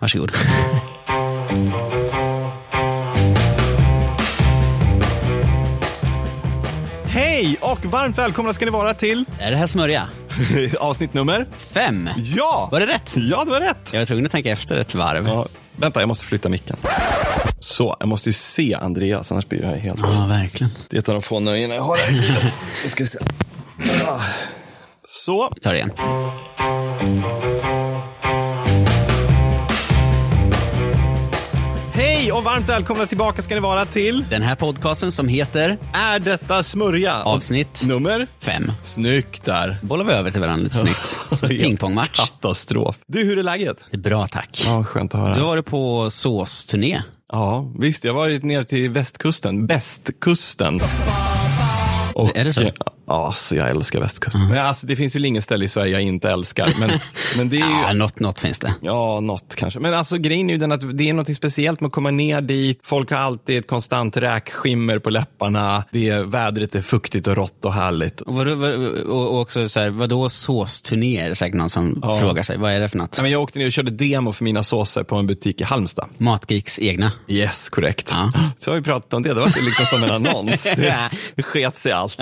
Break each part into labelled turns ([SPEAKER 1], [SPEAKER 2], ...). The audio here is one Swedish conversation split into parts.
[SPEAKER 1] Varsågod.
[SPEAKER 2] Hej och varmt välkomna ska ni vara till
[SPEAKER 1] Är det här smörja?
[SPEAKER 2] avsnitt nummer...
[SPEAKER 1] Fem?
[SPEAKER 2] Ja!
[SPEAKER 1] Var det rätt?
[SPEAKER 2] Ja, det var rätt.
[SPEAKER 1] Jag var tvungen att tänka efter ett varv. Ja,
[SPEAKER 2] Ja, vänta, jag måste flytta micken. Så, jag måste ju se Andreas, annars blir jag helt...
[SPEAKER 1] verkligen.
[SPEAKER 2] Det är ett av de få nöjena jag har här i livet. Nu ska vi se. Ah. Så,
[SPEAKER 1] Vi tar det igen.
[SPEAKER 2] hej och varmt välkomna tillbaka ska ni vara till...
[SPEAKER 1] Den här podcasten som heter
[SPEAKER 2] Är detta smörja?
[SPEAKER 1] Avsnitt
[SPEAKER 2] Nummer?
[SPEAKER 1] fem.
[SPEAKER 2] Snyggt där.
[SPEAKER 1] Bollar vi över till varandra lite snyggt. Som en pingpongmatch.
[SPEAKER 2] Katastrof. Du, hur är läget?
[SPEAKER 1] Det är bra tack.
[SPEAKER 2] Ja, skönt att höra.
[SPEAKER 1] Du har varit på såsturné.
[SPEAKER 2] Ja, visst. Jag har varit ner till västkusten. Bästkusten. Och,
[SPEAKER 1] Är det så? Mm.
[SPEAKER 2] eh, Ja, alltså jag älskar västkusten. Men alltså, det finns väl ingen ställe i Sverige jag inte älskar. Men, men det är ju...
[SPEAKER 1] Ja, något, något finns det.
[SPEAKER 2] Ja, något kanske. Men alltså grejen är ju den att det är något speciellt med att komma ner dit. Folk har alltid ett konstant räkskimmer på läpparna. Det är, vädret är fuktigt och rått och härligt.
[SPEAKER 1] Och, vadå, vad- och och också så här, vadå såsturné är det säkert någon som frågar sig. Vad är det för något?
[SPEAKER 2] Nej, men jag åkte ner och körde demo för mina såser på en butik i Halmstad.
[SPEAKER 1] Matgeeks egna.
[SPEAKER 2] Yes, korrekt.
[SPEAKER 1] Ja.
[SPEAKER 2] Så har vi pratat om det. Det var liksom som en annons. Det, det sket sig allt.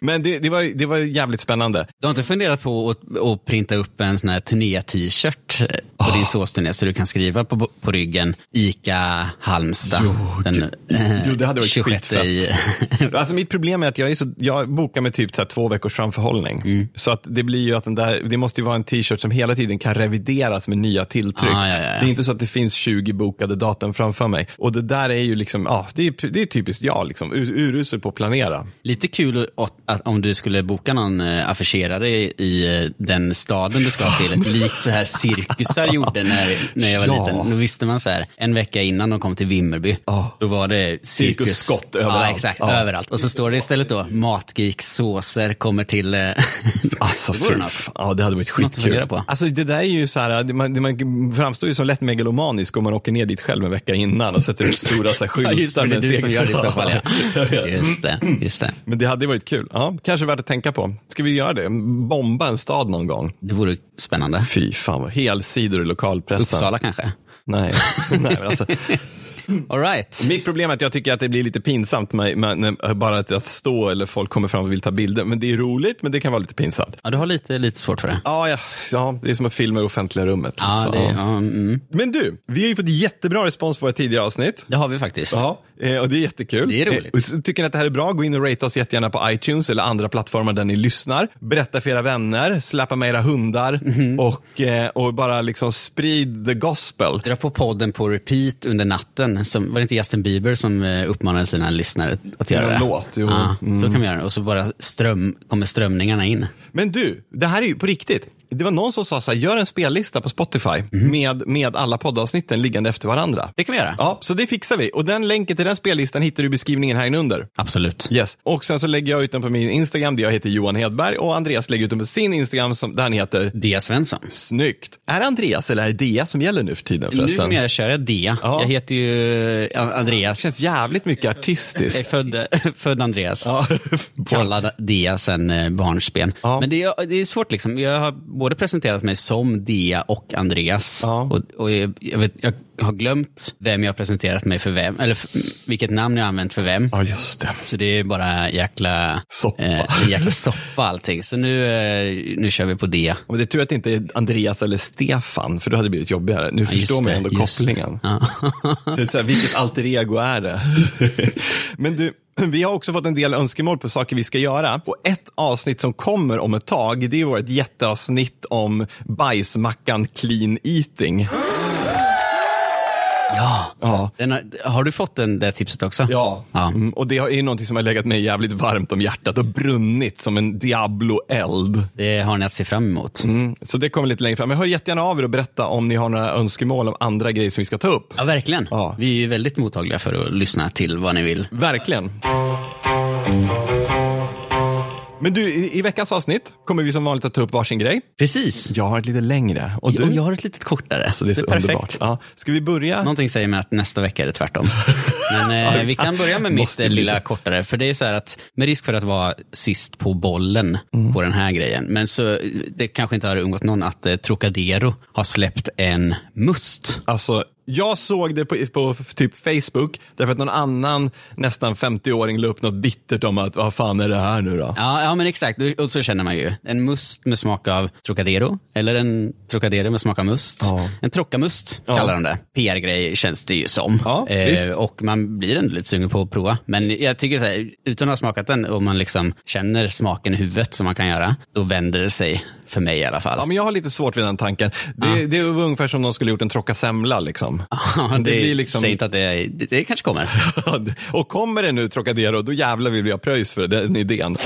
[SPEAKER 2] Men det, det, var, ju- det var ju jävligt spännande.
[SPEAKER 1] Du har inte funderat på att, att printa upp en sån här turné-t-shirt eh, på
[SPEAKER 2] Ah.
[SPEAKER 1] din såsturné så du kan skriva på, på ryggen ICA Halmstad. eh,
[SPEAKER 2] jo, det hade varit
[SPEAKER 1] 26 i-
[SPEAKER 2] Alltså mitt problem är att jag, är så, jag bokar med typ så här två veckors framförhållning.
[SPEAKER 1] Mm.
[SPEAKER 2] Så att det blir ju att den där, det måste ju vara en t-shirt som hela tiden kan revideras med nya tilltryck.
[SPEAKER 1] Ah, ja, ja, ja.
[SPEAKER 2] Det är inte så att det finns 20 bokade datum framför mig. Och det där är ju liksom, ja, det, är, det är typiskt jag liksom. Ur, urusel på att planera.
[SPEAKER 1] Lite kul att, att, om du skulle boka någon eh, affischerare i, i eh, den staden du ska till. Likt så här cirkusar gjorde när, när jag var
[SPEAKER 2] Ja.
[SPEAKER 1] liten. Då visste man så här, en vecka innan de kom till Vimmerby,
[SPEAKER 2] Ja.
[SPEAKER 1] då var det cirkus.
[SPEAKER 2] Cirkusskott
[SPEAKER 1] Ja,
[SPEAKER 2] överallt.
[SPEAKER 1] exakt.
[SPEAKER 2] Ja.
[SPEAKER 1] Överallt. Och så står det istället då, Matgeeks såser kommer till... eh,
[SPEAKER 2] Alltså
[SPEAKER 1] Det vore
[SPEAKER 2] fy
[SPEAKER 1] något.
[SPEAKER 2] fan. Ja, det hade varit
[SPEAKER 1] Något att fundera
[SPEAKER 2] skitkul.
[SPEAKER 1] på.
[SPEAKER 2] Alltså det där är ju så här, det- man, det- man framstår ju som lätt megalomanisk om man åker ner dit själv en vecka innan och sätter upp stora så här,
[SPEAKER 1] Ja,
[SPEAKER 2] skyltar.
[SPEAKER 1] just det, det är
[SPEAKER 2] med
[SPEAKER 1] du
[SPEAKER 2] en
[SPEAKER 1] som
[SPEAKER 2] cirkus.
[SPEAKER 1] gör det i så fall.
[SPEAKER 2] Jag
[SPEAKER 1] Ja.
[SPEAKER 2] vet.
[SPEAKER 1] Just det, just det.
[SPEAKER 2] Men det hade varit kul. Ja, kanske värt att tänka på. Ska vi göra det? Bomba en stad någon gång?
[SPEAKER 1] Det vore spännande.
[SPEAKER 2] Fy fan, vad helsidor i lokalpressen.
[SPEAKER 1] Uppsala kanske?
[SPEAKER 2] Nej. Nej men alltså,
[SPEAKER 1] All right.
[SPEAKER 2] mitt problem är att jag tycker att det blir lite pinsamt med, med, med bara att, att stå eller folk kommer fram och vill ta bilder. Men det är roligt, men det kan vara lite pinsamt.
[SPEAKER 1] Ja, du har lite, lite svårt för det.
[SPEAKER 2] Ja, ja, ja, det är som att filma i offentliga rummet.
[SPEAKER 1] Ja,
[SPEAKER 2] liksom.
[SPEAKER 1] det, ja, mm,
[SPEAKER 2] Men du, vi har ju fått jättebra respons på våra tidigare avsnitt.
[SPEAKER 1] det har vi faktiskt.
[SPEAKER 2] Ja, eh, och det är jättekul.
[SPEAKER 1] Det är roligt.
[SPEAKER 2] Eh, och så Tycker ni att det här är bra, gå in och rate oss jättegärna på iTunes eller andra plattformar där ni lyssnar. Berätta för era vänner, släppa med era hundar
[SPEAKER 1] Mhm.
[SPEAKER 2] och, eh, och bara liksom sprid the gospel.
[SPEAKER 1] Dra på podden på repeat under natten. Som, var det inte Justin Bieber som eh, uppmanade sina lyssnare att göra
[SPEAKER 2] en
[SPEAKER 1] det?
[SPEAKER 2] låt, jo. Mm.
[SPEAKER 1] Ja, Så kan vi göra det. Och så bara ström, kommer strömningarna in.
[SPEAKER 2] Men du, det här är ju på riktigt. Det var någon som sa så här, gör en spellista på Spotify med, med alla poddavsnitten liggande efter varandra.
[SPEAKER 1] Mhm. Det kan vi göra.
[SPEAKER 2] Ja, så det fixar vi. Och den länken till den spellistan hittar du i beskrivningen här inunder.
[SPEAKER 1] Absolut.
[SPEAKER 2] Yes. Och sen så lägger jag ut den på min Instagram där jag heter Johan Hedberg och Andreas lägger ut den på sin Instagram som, där han heter
[SPEAKER 1] Dia Svensson.
[SPEAKER 2] Snyggt. Är det Andreas eller är det Dea som gäller nu för tiden förresten?
[SPEAKER 1] Numera kör jag Dia.
[SPEAKER 2] Ja.
[SPEAKER 1] Jag heter ju eh, Andreas.
[SPEAKER 2] Det känns jävligt mycket
[SPEAKER 1] Jag är
[SPEAKER 2] artistiskt.
[SPEAKER 1] född, född Andreas.
[SPEAKER 2] Ja.
[SPEAKER 1] kallad Dia sen eh, barnsben.
[SPEAKER 2] Ja.
[SPEAKER 1] Men det är, det är svårt liksom. Jag har både presenterat mig som Dia och Andreas.
[SPEAKER 2] Ja.
[SPEAKER 1] Och, och jag, jag, vet, jag har glömt vem jag har presenterat mig för vem, eller f- vilket namn jag har använt för vem.
[SPEAKER 2] ja, just det.
[SPEAKER 1] Så det är bara jäkla eh,
[SPEAKER 2] Soppa.
[SPEAKER 1] en jäkla soppa allting. Så nu, eh, nu kör vi på Dia.
[SPEAKER 2] Men det är tur att det inte är Andreas eller Stefan, för då hade det blivit jobbigare. Nu
[SPEAKER 1] just
[SPEAKER 2] förstår man
[SPEAKER 1] det,
[SPEAKER 2] ändå
[SPEAKER 1] just det.
[SPEAKER 2] kopplingen.
[SPEAKER 1] Ja.
[SPEAKER 2] Det är så här, vilket alter ego är det? Men du, vi har också fått en del önskemål på saker vi ska göra. Och ett avsnitt som kommer om ett tag, det är vårt jätteavsnitt om bajsmackan clean eating.
[SPEAKER 1] ja.
[SPEAKER 2] Ja.
[SPEAKER 1] Den har, har du fått den, det tipset också?
[SPEAKER 2] Ja,
[SPEAKER 1] Ja.
[SPEAKER 2] Mm, och det är ju någonting som har legat mig jävligt varmt om hjärtat och brunnit som en Diablo-eld.
[SPEAKER 1] Det har ni att se fram emot.
[SPEAKER 2] Mm, Så det kommer lite längre fram. Men hör jättegärna av er och berätta om ni har några önskemål om andra grejer som vi ska ta upp.
[SPEAKER 1] Ja, verkligen.
[SPEAKER 2] Ja.
[SPEAKER 1] Vi är ju väldigt mottagliga för att lyssna till vad ni vill.
[SPEAKER 2] Verkligen. Men du, i, i veckans avsnitt kommer vi som vanligt att ta upp varsin grej.
[SPEAKER 1] Precis.
[SPEAKER 2] Jag har ett lite längre. Och du?
[SPEAKER 1] Och jag har ett litet kortare.
[SPEAKER 2] Alltså, det är så underbart. Ja. Ska vi börja?
[SPEAKER 1] Någonting säger mig att nästa vecka är det tvärtom. Men eh, vi kan börja med mitt
[SPEAKER 2] Måste bli
[SPEAKER 1] lilla
[SPEAKER 2] så.
[SPEAKER 1] kortare. För det är så här att med risk för att vara sist på bollen
[SPEAKER 2] Mm.
[SPEAKER 1] på den här grejen. Men så eh, det kanske inte har undgått någon att eh, Trocadero har släppt en must.
[SPEAKER 2] Alltså, jag såg det på, på f- typ Facebook, därför att någon annan nästan 50-åring la upp något bittert om att vad fan är det här nu då?
[SPEAKER 1] Ja, ja men exakt. Och så känner man ju. En must med smak av Trocadero. Eller en Trocadero med smak av must.
[SPEAKER 2] Ja.
[SPEAKER 1] En Trockamust
[SPEAKER 2] Ja.
[SPEAKER 1] kallar de det. PR-grej känns det ju som. Eh,
[SPEAKER 2] Ja, visst.
[SPEAKER 1] och man blir ändå lite sugen på att prova. Men jag tycker så här, utan att ha smakat den och man liksom känner smaken i huvudet som man kan göra, då vänder det sig för mig i alla fall.
[SPEAKER 2] Ja, men jag har lite svårt vid den tanken. Det, det var ungefär som om någon skulle gjort en trockasemla liksom.
[SPEAKER 1] Ja, det,
[SPEAKER 2] det blir liksom-
[SPEAKER 1] Säg inte att det, det, det kanske kommer.
[SPEAKER 2] och kommer det nu Trocadero, då jävlar vill vi ha pröjs för den idén.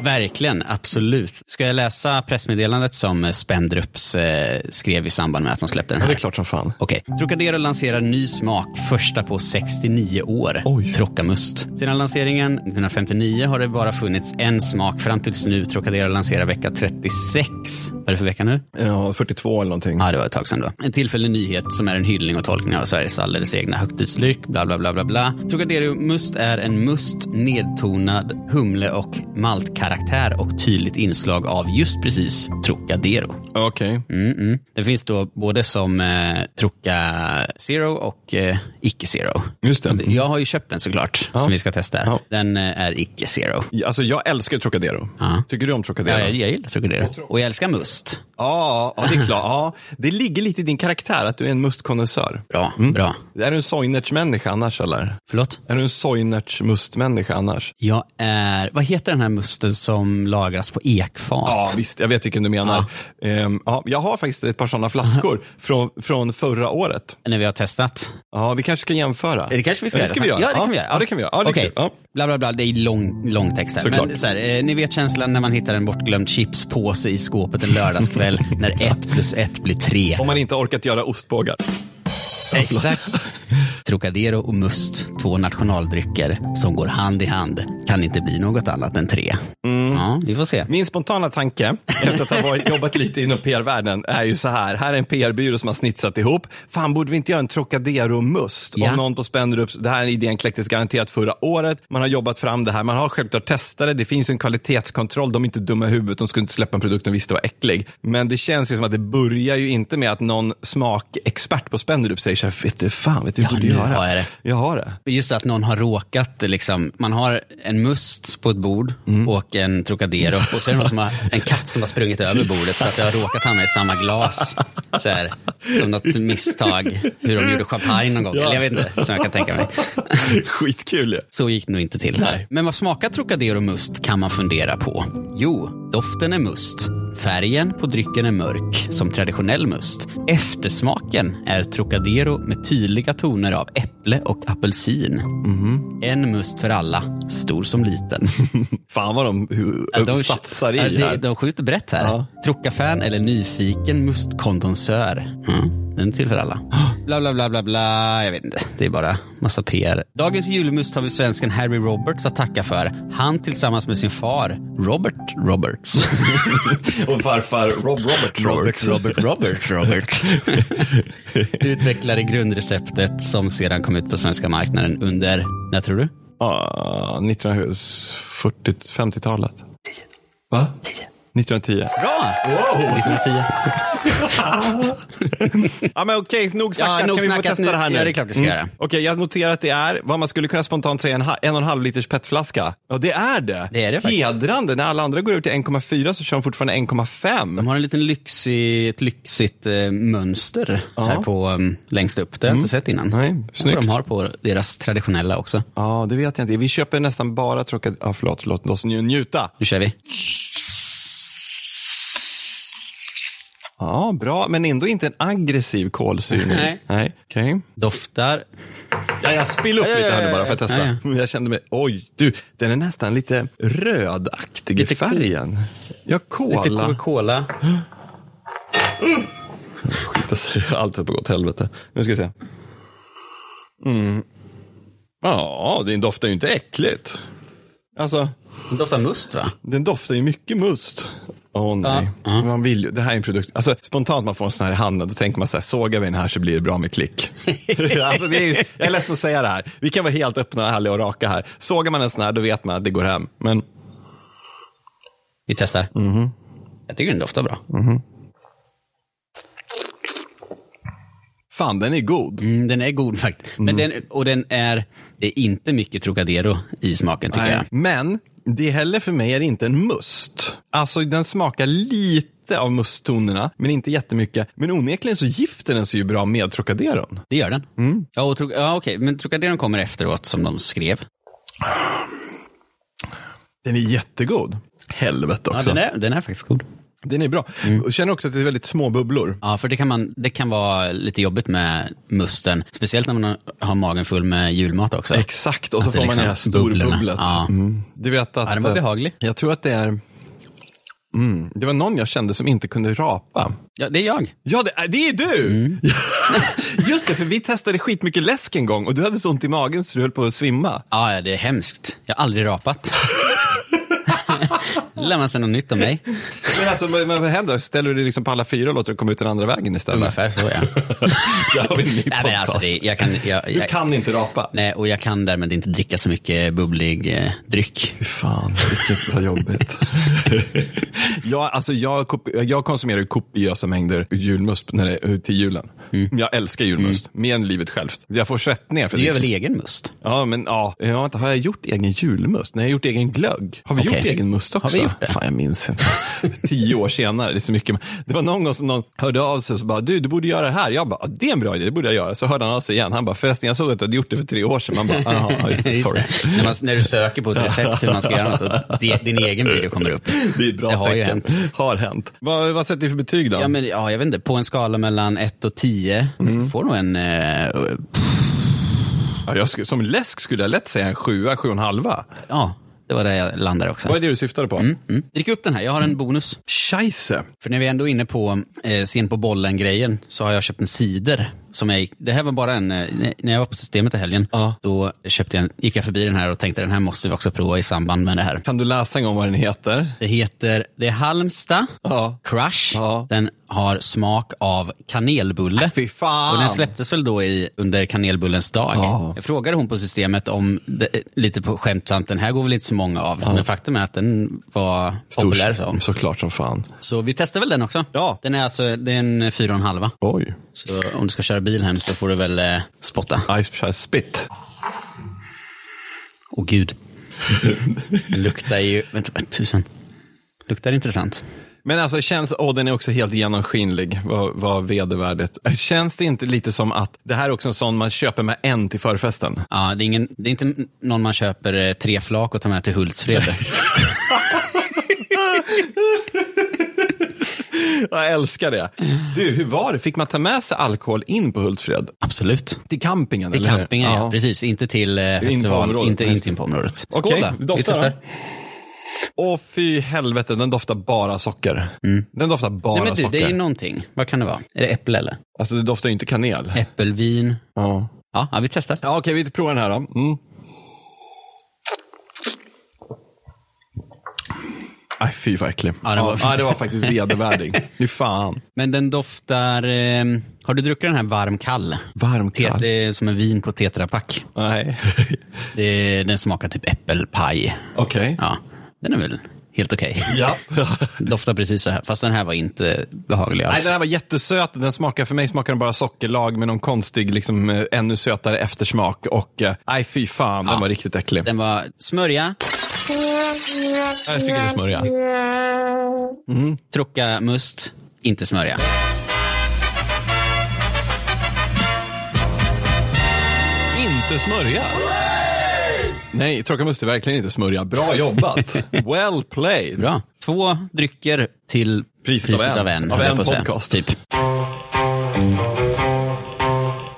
[SPEAKER 1] Verkligen, absolut. Ska jag läsa pressmeddelandet som Spendrups eh, skrev i samband med att de släppte den
[SPEAKER 2] Ja,
[SPEAKER 1] här?
[SPEAKER 2] det är klart som fan.
[SPEAKER 1] Okej. Trocadero lanserar ny smak, första på 69 år.
[SPEAKER 2] Oj.
[SPEAKER 1] Trockamust. Sedan lanseringen 1959 har det bara funnits en smak fram tills nu. Trocadero lanserar vecka 36. Vad är det för vecka nu?
[SPEAKER 2] Ja, 42 eller någonting.
[SPEAKER 1] Ja, det var ett tag sedan då. En tillfällig nyhet som är en hyllning och tolkning av Sveriges alldeles egna högtidslyrk, bla bla bla bla bla. Trocadero Must är en must, nedtonad humle och maltkaraktär och tydligt inslag av just precis Trocadero.
[SPEAKER 2] Okej.
[SPEAKER 1] Mm, mm. Det finns då både som eh, Troca Zero och eh, Icke Zero.
[SPEAKER 2] Just det.
[SPEAKER 1] Jag har ju köpt den såklart, som vi ska testa. här.
[SPEAKER 2] Mm. Ja.
[SPEAKER 1] Den eh, är Icke Zero.
[SPEAKER 2] Alltså jag älskar Trocadero.
[SPEAKER 1] Ja.
[SPEAKER 2] Tycker du om Trocadero?
[SPEAKER 1] Ja, jag, jag gillar Trocadero. Och jag älskar must.
[SPEAKER 2] Ja, ja, det är klart. Ja, det ligger lite i din karaktär att du är en mustkonnässör.
[SPEAKER 1] Bra, bra.
[SPEAKER 2] Är du en Soinerts-människa annars eller?
[SPEAKER 1] Förlåt?
[SPEAKER 2] Är du en Soinerts-mustmänniska annars?
[SPEAKER 1] Jag är... Vad heter den här musten som lagras på ekfat?
[SPEAKER 2] Ja, visst. Jag vet vilken du menar. Ehm, ja, jag har faktiskt ett par sådana flaskor från, från förra året.
[SPEAKER 1] När vi har testat.
[SPEAKER 2] Ja, vi kanske ska jämföra.
[SPEAKER 1] Det kanske vi ska
[SPEAKER 2] ja,
[SPEAKER 1] göra.
[SPEAKER 2] det ska vi göra.
[SPEAKER 1] Ja, det kan vi göra.
[SPEAKER 2] Ja, det kan vi göra. Ja, det är
[SPEAKER 1] Okej.
[SPEAKER 2] kul. Ja.
[SPEAKER 1] Bla, bla, bla. Det är lång, lång text här.
[SPEAKER 2] Såklart.
[SPEAKER 1] Men så här, eh, ni vet känslan när man hittar en bortglömd chipspåse i skåpet en lördagskväll när ett plus ett blir tre.
[SPEAKER 2] Om man inte har orkat göra ostbågar.
[SPEAKER 1] Exakt. Trocadero och must, två nationaldrycker som går hand i hand, kan inte bli något annat än tre. Ja, vi får se.
[SPEAKER 2] Min spontana tanke, efter att ha varit- jobbat lite inom PR-världen, är ju så här. Här är en PR-byrå som har snitsat ihop. Fan, borde vi inte göra en Trocadero-must?
[SPEAKER 1] Ja.
[SPEAKER 2] Om någon på Spendrups, det här är idén kläcktes garanterat förra året. Man har jobbat fram det här. Man har självklart testat det. Det finns en kvalitetskontroll. De är inte dumma i huvudet. De skulle inte släppa en produkt de visste var äcklig. Men det känns ju som att det börjar ju inte med att någon smakexpert på Spendrups säger så här, vet du fan, vet du vad
[SPEAKER 1] Ja,
[SPEAKER 2] du
[SPEAKER 1] nu
[SPEAKER 2] göra?
[SPEAKER 1] har jag det.
[SPEAKER 2] Jag har det.
[SPEAKER 1] Just att någon har råkat, liksom, man har en must på ett bord och en Trocadero och så är det någon som har, en katt som har sprungit över bordet så att det har råkat hamna i samma glas. Så här, som något misstag, hur de gjorde champagne någon gång.
[SPEAKER 2] Ja.
[SPEAKER 1] Eller jag vet inte, som jag kan tänka mig.
[SPEAKER 2] Skitkul ju.
[SPEAKER 1] Så gick det nog inte till.
[SPEAKER 2] Nej.
[SPEAKER 1] Men vad smakar Trocadero must kan man fundera på. Jo, doften är must. Färgen på drycken är mörk, som traditionell must. Eftersmaken är Trocadero med tydliga toner av äpple och apelsin. En must för alla, stor som liten.
[SPEAKER 2] Fan vad de, hur, satsar i
[SPEAKER 1] ja,
[SPEAKER 2] här.
[SPEAKER 1] de, de skjuter brett här.
[SPEAKER 2] Ja.
[SPEAKER 1] Trocafan eller nyfiken mustkondensör. Mm. Den är till för alla. Bla, bla, bla, bla, bla. Jag vet inte. Det är bara massa PR. Dagens julmust har vi svensken Harry Roberts att tacka för. Han tillsammans med sin far, Robert Roberts.
[SPEAKER 2] Och farfar Rob Robert
[SPEAKER 1] Robert,
[SPEAKER 2] Roberts.
[SPEAKER 1] Robert, Robert, Robert. Utvecklade grundreceptet som sedan kom ut på svenska marknaden under, när tror du?
[SPEAKER 2] Ja, 1940 50-talet. 10. Va? 10. 1910.
[SPEAKER 1] Bra! 1910.
[SPEAKER 2] Ja, men okej, nog snackat.
[SPEAKER 1] Ja, nog
[SPEAKER 2] kan vi få
[SPEAKER 1] snackat
[SPEAKER 2] testa
[SPEAKER 1] nu?
[SPEAKER 2] det här nu? Mm.
[SPEAKER 1] Ja, det är klart vi ska göra.
[SPEAKER 2] Okej, jag noterar att det är vad man skulle kunna spontant säga en, ha- en och en halv liters petflaska. Ja, det är det.
[SPEAKER 1] Det är det faktiskt.
[SPEAKER 2] Hedrande. När alla andra går ut till 1,4 så kör de fortfarande 1,5.
[SPEAKER 1] De har en liten lyxig, ett lyxigt eh, mönster här på um, längst upp. Det har jag inte sett innan.
[SPEAKER 2] Mm. Nej,
[SPEAKER 1] Jag tror
[SPEAKER 2] snyggt.
[SPEAKER 1] De har på deras traditionella också.
[SPEAKER 2] Ja, det vet jag inte. Vi köper nästan bara tråkiga... Ja, förlåt. Låt oss nj- njuta.
[SPEAKER 1] Nu kör vi.
[SPEAKER 2] Ja, bra. Men ändå inte en aggressiv kolsyrning.
[SPEAKER 1] Nej.
[SPEAKER 2] Nej, okej.
[SPEAKER 1] Doftar.
[SPEAKER 2] Ja, jag spill upp
[SPEAKER 1] Ja, ja,
[SPEAKER 2] lite här
[SPEAKER 1] ja,
[SPEAKER 2] nu
[SPEAKER 1] ja,
[SPEAKER 2] bara för att
[SPEAKER 1] ja.
[SPEAKER 2] testa. Mm,
[SPEAKER 1] Ja,
[SPEAKER 2] Jag kände mig, oj, du, den är nästan lite rödaktig i
[SPEAKER 1] Lite kol.
[SPEAKER 2] färgen. Ja,
[SPEAKER 1] Lite
[SPEAKER 2] kola.
[SPEAKER 1] Coca-Cola.
[SPEAKER 2] Skit att säga, allt är på gott helvete. Nu ska vi se. Mm. Ja, din doftar ju inte äckligt. Alltså,
[SPEAKER 1] Den doftar must va?
[SPEAKER 2] Den doftar ju mycket must. Åh nej. Mm. Man vill ju, det här är en produkt. Alltså, spontant man får en sån här i handen, då tänker man så här, sågar vi den här så blir det bra med klick. alltså, det är ju, jag är ledsen att säga det här. Vi kan vara helt öppna, härliga och raka här. Sågar man en sån här, då vet man att det går hem. Men
[SPEAKER 1] Vi testar.
[SPEAKER 2] Mhm.
[SPEAKER 1] Jag tycker den doftar bra.
[SPEAKER 2] Mm. fan, den är god.
[SPEAKER 1] Mm, den är god faktiskt. Men
[SPEAKER 2] Mm.
[SPEAKER 1] den, och den är, det är inte mycket Trocadero i smaken tycker
[SPEAKER 2] Nej.
[SPEAKER 1] jag.
[SPEAKER 2] Men det heller för mig är det inte en must. Alltså den smakar lite av musttonerna, men inte jättemycket. Men onekligen så gifter den sig ju bra med Trocaderon.
[SPEAKER 1] Det gör den.
[SPEAKER 2] Mm.
[SPEAKER 1] Ja, och, Troc- ja, okej, men Trocadero kommer efteråt som de skrev.
[SPEAKER 2] Den är jättegod. Helvete
[SPEAKER 1] Ja,
[SPEAKER 2] också.
[SPEAKER 1] den är, den är faktiskt god.
[SPEAKER 2] Den är bra. Och känner också att det är väldigt små bubblor.
[SPEAKER 1] Ja, för det kan, man, det kan vara lite jobbigt med musten. Speciellt när man har magen full med julmat också.
[SPEAKER 2] Exakt, och så
[SPEAKER 1] Att det
[SPEAKER 2] får man
[SPEAKER 1] liksom
[SPEAKER 2] det här storbubblet.
[SPEAKER 1] bubblorna, ja.
[SPEAKER 2] Mm. Du vet att...
[SPEAKER 1] Ja, den var
[SPEAKER 2] eh,
[SPEAKER 1] behaglig.
[SPEAKER 2] Jag tror att det är... Mm. Det var någon jag kände som inte kunde rapa.
[SPEAKER 1] Ja, det är jag.
[SPEAKER 2] Ja, det är, det är du! Just det, för vi testade skitmycket läsk en gång och du hade så ont i magen så du höll på att svimma.
[SPEAKER 1] Ja, det är hemskt. Jag har aldrig rapat. Lär man sig något nytt om mig?
[SPEAKER 2] Men alltså, vad, vad händer? Ställer du dig liksom på alla fyra och låter det komma ut den andra vägen istället?
[SPEAKER 1] Ungefär så, ja.
[SPEAKER 2] Där har vi en ny
[SPEAKER 1] Nej, men alltså,
[SPEAKER 2] podcast.
[SPEAKER 1] det, jag kan, jag,
[SPEAKER 2] Du
[SPEAKER 1] jag,
[SPEAKER 2] kan inte rapa.
[SPEAKER 1] Nej, och jag kan därmed inte dricka så mycket bubblig eh, dryck.
[SPEAKER 2] Fy fan, vilket vad jobbigt. jag, alltså, jag, kop- jag konsumerar ju kopiösa mängder julmust när det, till julen. Jag älskar julmust, mer än livet självt. Jag får svettningar. För
[SPEAKER 1] Du
[SPEAKER 2] det.
[SPEAKER 1] Mm. gör väl egen must?
[SPEAKER 2] Ja, men ja. Jag har, inte, har jag gjort egen julmust? Nej, jag har gjort egen glögg. Har vi
[SPEAKER 1] Okej.
[SPEAKER 2] gjort egen must också?
[SPEAKER 1] Har vi gjort det?
[SPEAKER 2] Fan, jag minns inte. Tio år senare, det är så mycket. Det var någon gång som någon hörde av sig och så bara, du, du borde göra det här. Jag bara, "Ja, det är en bra idé, det borde jag göra. Så hörde han av sig igen. Han bara, förresten, jag såg att du hade gjort det för tre år sedan. Man bara, jaha, ja, just det,
[SPEAKER 1] Just
[SPEAKER 2] sorry.
[SPEAKER 1] det. När, man, när du söker på ett recept hur man ska göra något och di- din egen video kommer upp.
[SPEAKER 2] Det är ett bra
[SPEAKER 1] Det har ju
[SPEAKER 2] tecken.
[SPEAKER 1] hänt.
[SPEAKER 2] Har hänt. Vad, vad sätter du för betyg då?
[SPEAKER 1] Ja, men, ja, jag vet inte. På en skala mellan 1 och 10
[SPEAKER 2] Mm.
[SPEAKER 1] får nog en... Eh,
[SPEAKER 2] Ja, jag skulle, som läsk skulle jag lätt säga en sjua, sju och en halva.
[SPEAKER 1] ja, det var där jag landade också.
[SPEAKER 2] Vad är det du syftade på? Mm.
[SPEAKER 1] Mm. Drick upp den här, jag har en bonus.
[SPEAKER 2] Scheisse.
[SPEAKER 1] För när vi ändå är inne på eh, sen på bollen-grejen så har jag köpt en cider. Som jag, gick- det här var bara en, eh, när jag var på systemet i helgen,
[SPEAKER 2] Ja.
[SPEAKER 1] då köpte jag, en- gick jag förbi den här och tänkte den här måste vi också prova i samband med det här.
[SPEAKER 2] Kan du läsa en gång vad den heter?
[SPEAKER 1] Det heter, det är Halmstad
[SPEAKER 2] Ja.
[SPEAKER 1] Crush.
[SPEAKER 2] Ja. Äh,
[SPEAKER 1] Den har smak av kanelbulle.
[SPEAKER 2] Fy fan.
[SPEAKER 1] Och den släpptes väl då i, under kanelbullens dag.
[SPEAKER 2] Ah. Ja.
[SPEAKER 1] Jag frågade hon på systemet om, det, lite på skämtsamt, den här går väl inte så många av. Men faktum är att den var populär så.
[SPEAKER 2] Såklart som fan.
[SPEAKER 1] Så vi testar väl den också.
[SPEAKER 2] Mm. Ja.
[SPEAKER 1] Den är alltså, det är en fyra och en halva.
[SPEAKER 2] Oj.
[SPEAKER 1] Så om du ska köra bil hem så får du väl eh, spotta.
[SPEAKER 2] Ice Chai Spit.
[SPEAKER 1] Åh gud. Den luktar ju, vänta, tusen. Luktar intressant.
[SPEAKER 2] Men alltså känns, åh den är också helt genomskinlig, vad, vad vedervärdigt. Känns det inte lite som att det här är också en sån man köper med en till förfesten?
[SPEAKER 1] Ja, det är, ingen, det är inte någon man köper eh, tre flak och tar med till Hultsfred.
[SPEAKER 2] Jag älskar det. Du, hur var det? Fick man ta med sig alkohol in på Hultsfred?
[SPEAKER 1] Absolut.
[SPEAKER 2] Till campingen?
[SPEAKER 1] Till
[SPEAKER 2] eller hur?
[SPEAKER 1] campingen, ja. Precis, inte till eh,
[SPEAKER 2] på
[SPEAKER 1] festival,
[SPEAKER 2] området,
[SPEAKER 1] inte,
[SPEAKER 2] just
[SPEAKER 1] inte
[SPEAKER 2] det.
[SPEAKER 1] in på området. Skål
[SPEAKER 2] Okej,
[SPEAKER 1] då.
[SPEAKER 2] det doftar
[SPEAKER 1] Vi testar.
[SPEAKER 2] då. Åh fy helvete, den doftar bara socker. Den doftar bara
[SPEAKER 1] Nej men du,
[SPEAKER 2] socker.
[SPEAKER 1] det är ju någonting. Vad kan det vara? Är det äpple eller?
[SPEAKER 2] Alltså det doftar ju inte kanel.
[SPEAKER 1] Äppelvin?
[SPEAKER 2] Ja.
[SPEAKER 1] Ja, ja vi testar.
[SPEAKER 2] ja, okej vi provar den här då. Mm. Nej, fy vad äcklig.
[SPEAKER 1] Ja, den var-
[SPEAKER 2] ja, det var faktiskt vedervärdig. Fy fan.
[SPEAKER 1] Men den doftar... Eh, har du druckit den här varm kall?
[SPEAKER 2] Varm
[SPEAKER 1] Te,
[SPEAKER 2] kall.
[SPEAKER 1] det är som en vin på tetrapack.
[SPEAKER 2] Nej.
[SPEAKER 1] Det, den smakar typ äppelpaj.
[SPEAKER 2] Okej.
[SPEAKER 1] Ja, den är väl helt okej.
[SPEAKER 2] Ja.
[SPEAKER 1] Doftar precis så här, fast den här var inte behaglig
[SPEAKER 2] Nej,
[SPEAKER 1] alls.
[SPEAKER 2] den här var jättesöt. Den smakar, för mig smakar den bara sockerlag med någon konstig, liksom, eh, ännu sötare eftersmak. Och eh, nej, fy fan, den var riktigt äcklig.
[SPEAKER 1] Den var smörja,
[SPEAKER 2] Jag tycker det är smörja.
[SPEAKER 1] trocka must, inte smörja.
[SPEAKER 2] Inte smörja. Nej, Tråkiga Must är verkligen inte smörja. Bra jobbat. Well played.
[SPEAKER 1] Bra. Två drycker till
[SPEAKER 2] Priset av en. Av
[SPEAKER 1] höll jag
[SPEAKER 2] en
[SPEAKER 1] på att säga.
[SPEAKER 2] podcast.
[SPEAKER 1] Typ.